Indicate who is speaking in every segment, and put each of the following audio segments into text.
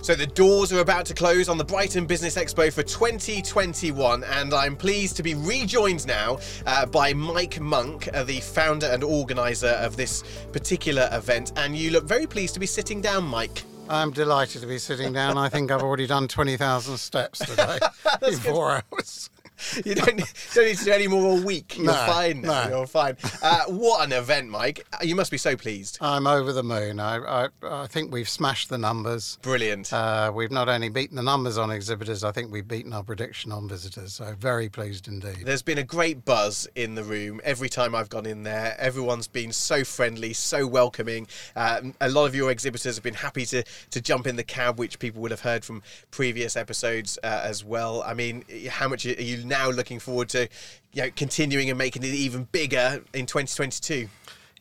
Speaker 1: So the doors are about to close on the Brighton Business Expo for 2021, and I'm pleased to be rejoined now uh, by Mike Monk, uh, the founder and organizer of this particular event. And you look very pleased to be sitting down, Mike.
Speaker 2: I'm delighted to be sitting down. I think I've already done 20,000 steps today in four hours.
Speaker 1: You don't need, don't need to do any more all week. You're
Speaker 2: No,
Speaker 1: fine. now.
Speaker 2: no.
Speaker 1: You're fine. Uh, what an event, Mike! Uh, You must be so pleased.
Speaker 2: I'm over the moon. I, I, I think we've smashed the numbers.
Speaker 1: Brilliant.
Speaker 2: Uh, we've not only beaten the numbers on exhibitors, I think we've beaten our prediction on visitors. So very pleased indeed.
Speaker 1: There's been a great buzz in the room every time I've gone in there. Everyone's been so friendly, so welcoming. Um, a lot of your exhibitors have been happy to, to jump in the cab, which people would have heard from previous episodes uh, as well. I mean, how much are you now looking forward to you know, continuing and making it even bigger in 2022?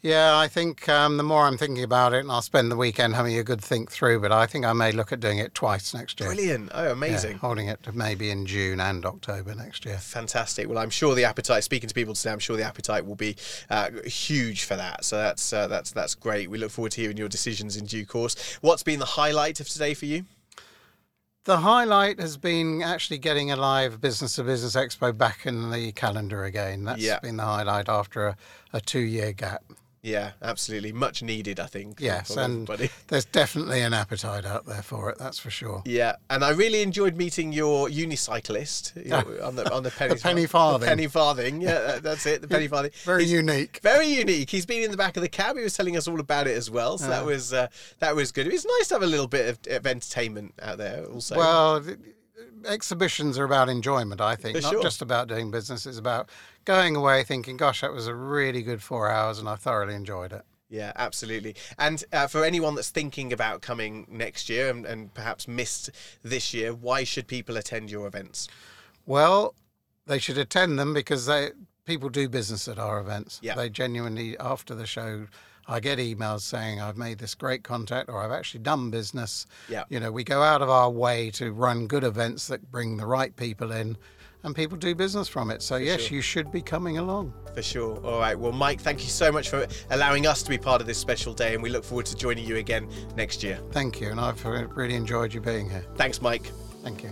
Speaker 2: Yeah, I think um, the more I'm thinking about it, and I'll spend the weekend having a good think through, but I think I may look at doing it twice next year.
Speaker 1: Brilliant. Oh,
Speaker 2: Yeah,
Speaker 1: amazing.
Speaker 2: holding it to maybe in June and October next year.
Speaker 1: Fantastic. Well, I'm sure the appetite. Speaking to people today, I'm sure the appetite will be uh, huge for that. So that's uh, that's that's great. We look forward to hearing your decisions in due course. What's been the highlight of today for you?
Speaker 2: The highlight has been actually getting a live business to business expo back in the calendar again. That's
Speaker 1: Yeah.
Speaker 2: been the highlight after a, a two year gap.
Speaker 1: Yeah, absolutely. Much needed, I think.
Speaker 2: Yes,
Speaker 1: from
Speaker 2: and
Speaker 1: everybody.
Speaker 2: there's definitely an appetite out there for it, that's for sure.
Speaker 1: Yeah, and I really enjoyed meeting your unicyclist you know, on the on the penny,
Speaker 2: penny farthing.
Speaker 1: The penny farthing. Yeah, that- that's it. The penny farthing.
Speaker 2: Very unique.
Speaker 1: Very unique. He's been in the back of the cab. He was telling us all about it as well. So that was uh, that was good. It was nice to have a little bit of, of entertainment out there. Also,
Speaker 2: Well, th- exhibitions are about enjoyment, I think,
Speaker 1: For
Speaker 2: not
Speaker 1: sure.
Speaker 2: just about doing business. It's about going away thinking, gosh, that was a really good four hours and I thoroughly enjoyed it.
Speaker 1: Yeah, absolutely. And uh, for anyone that's thinking about coming next year and, and perhaps missed this year, why should people attend your events?
Speaker 2: Well, they should attend them because they people do business at our events.
Speaker 1: Yeah.
Speaker 2: They genuinely after the show I get emails saying I've made this great contact or I've actually done business.
Speaker 1: Yeah.
Speaker 2: You know, we go out of our way to run good events that bring the right people in and people do business from it. So yes, you should be coming along.
Speaker 1: For sure. All right. Well, Mike, thank you so much for allowing us to be part of this special day, and we look forward to joining you again next year.
Speaker 2: Thank you and I've really uh, enjoyed you being here.
Speaker 1: Thanks, Mike.
Speaker 2: Thank you.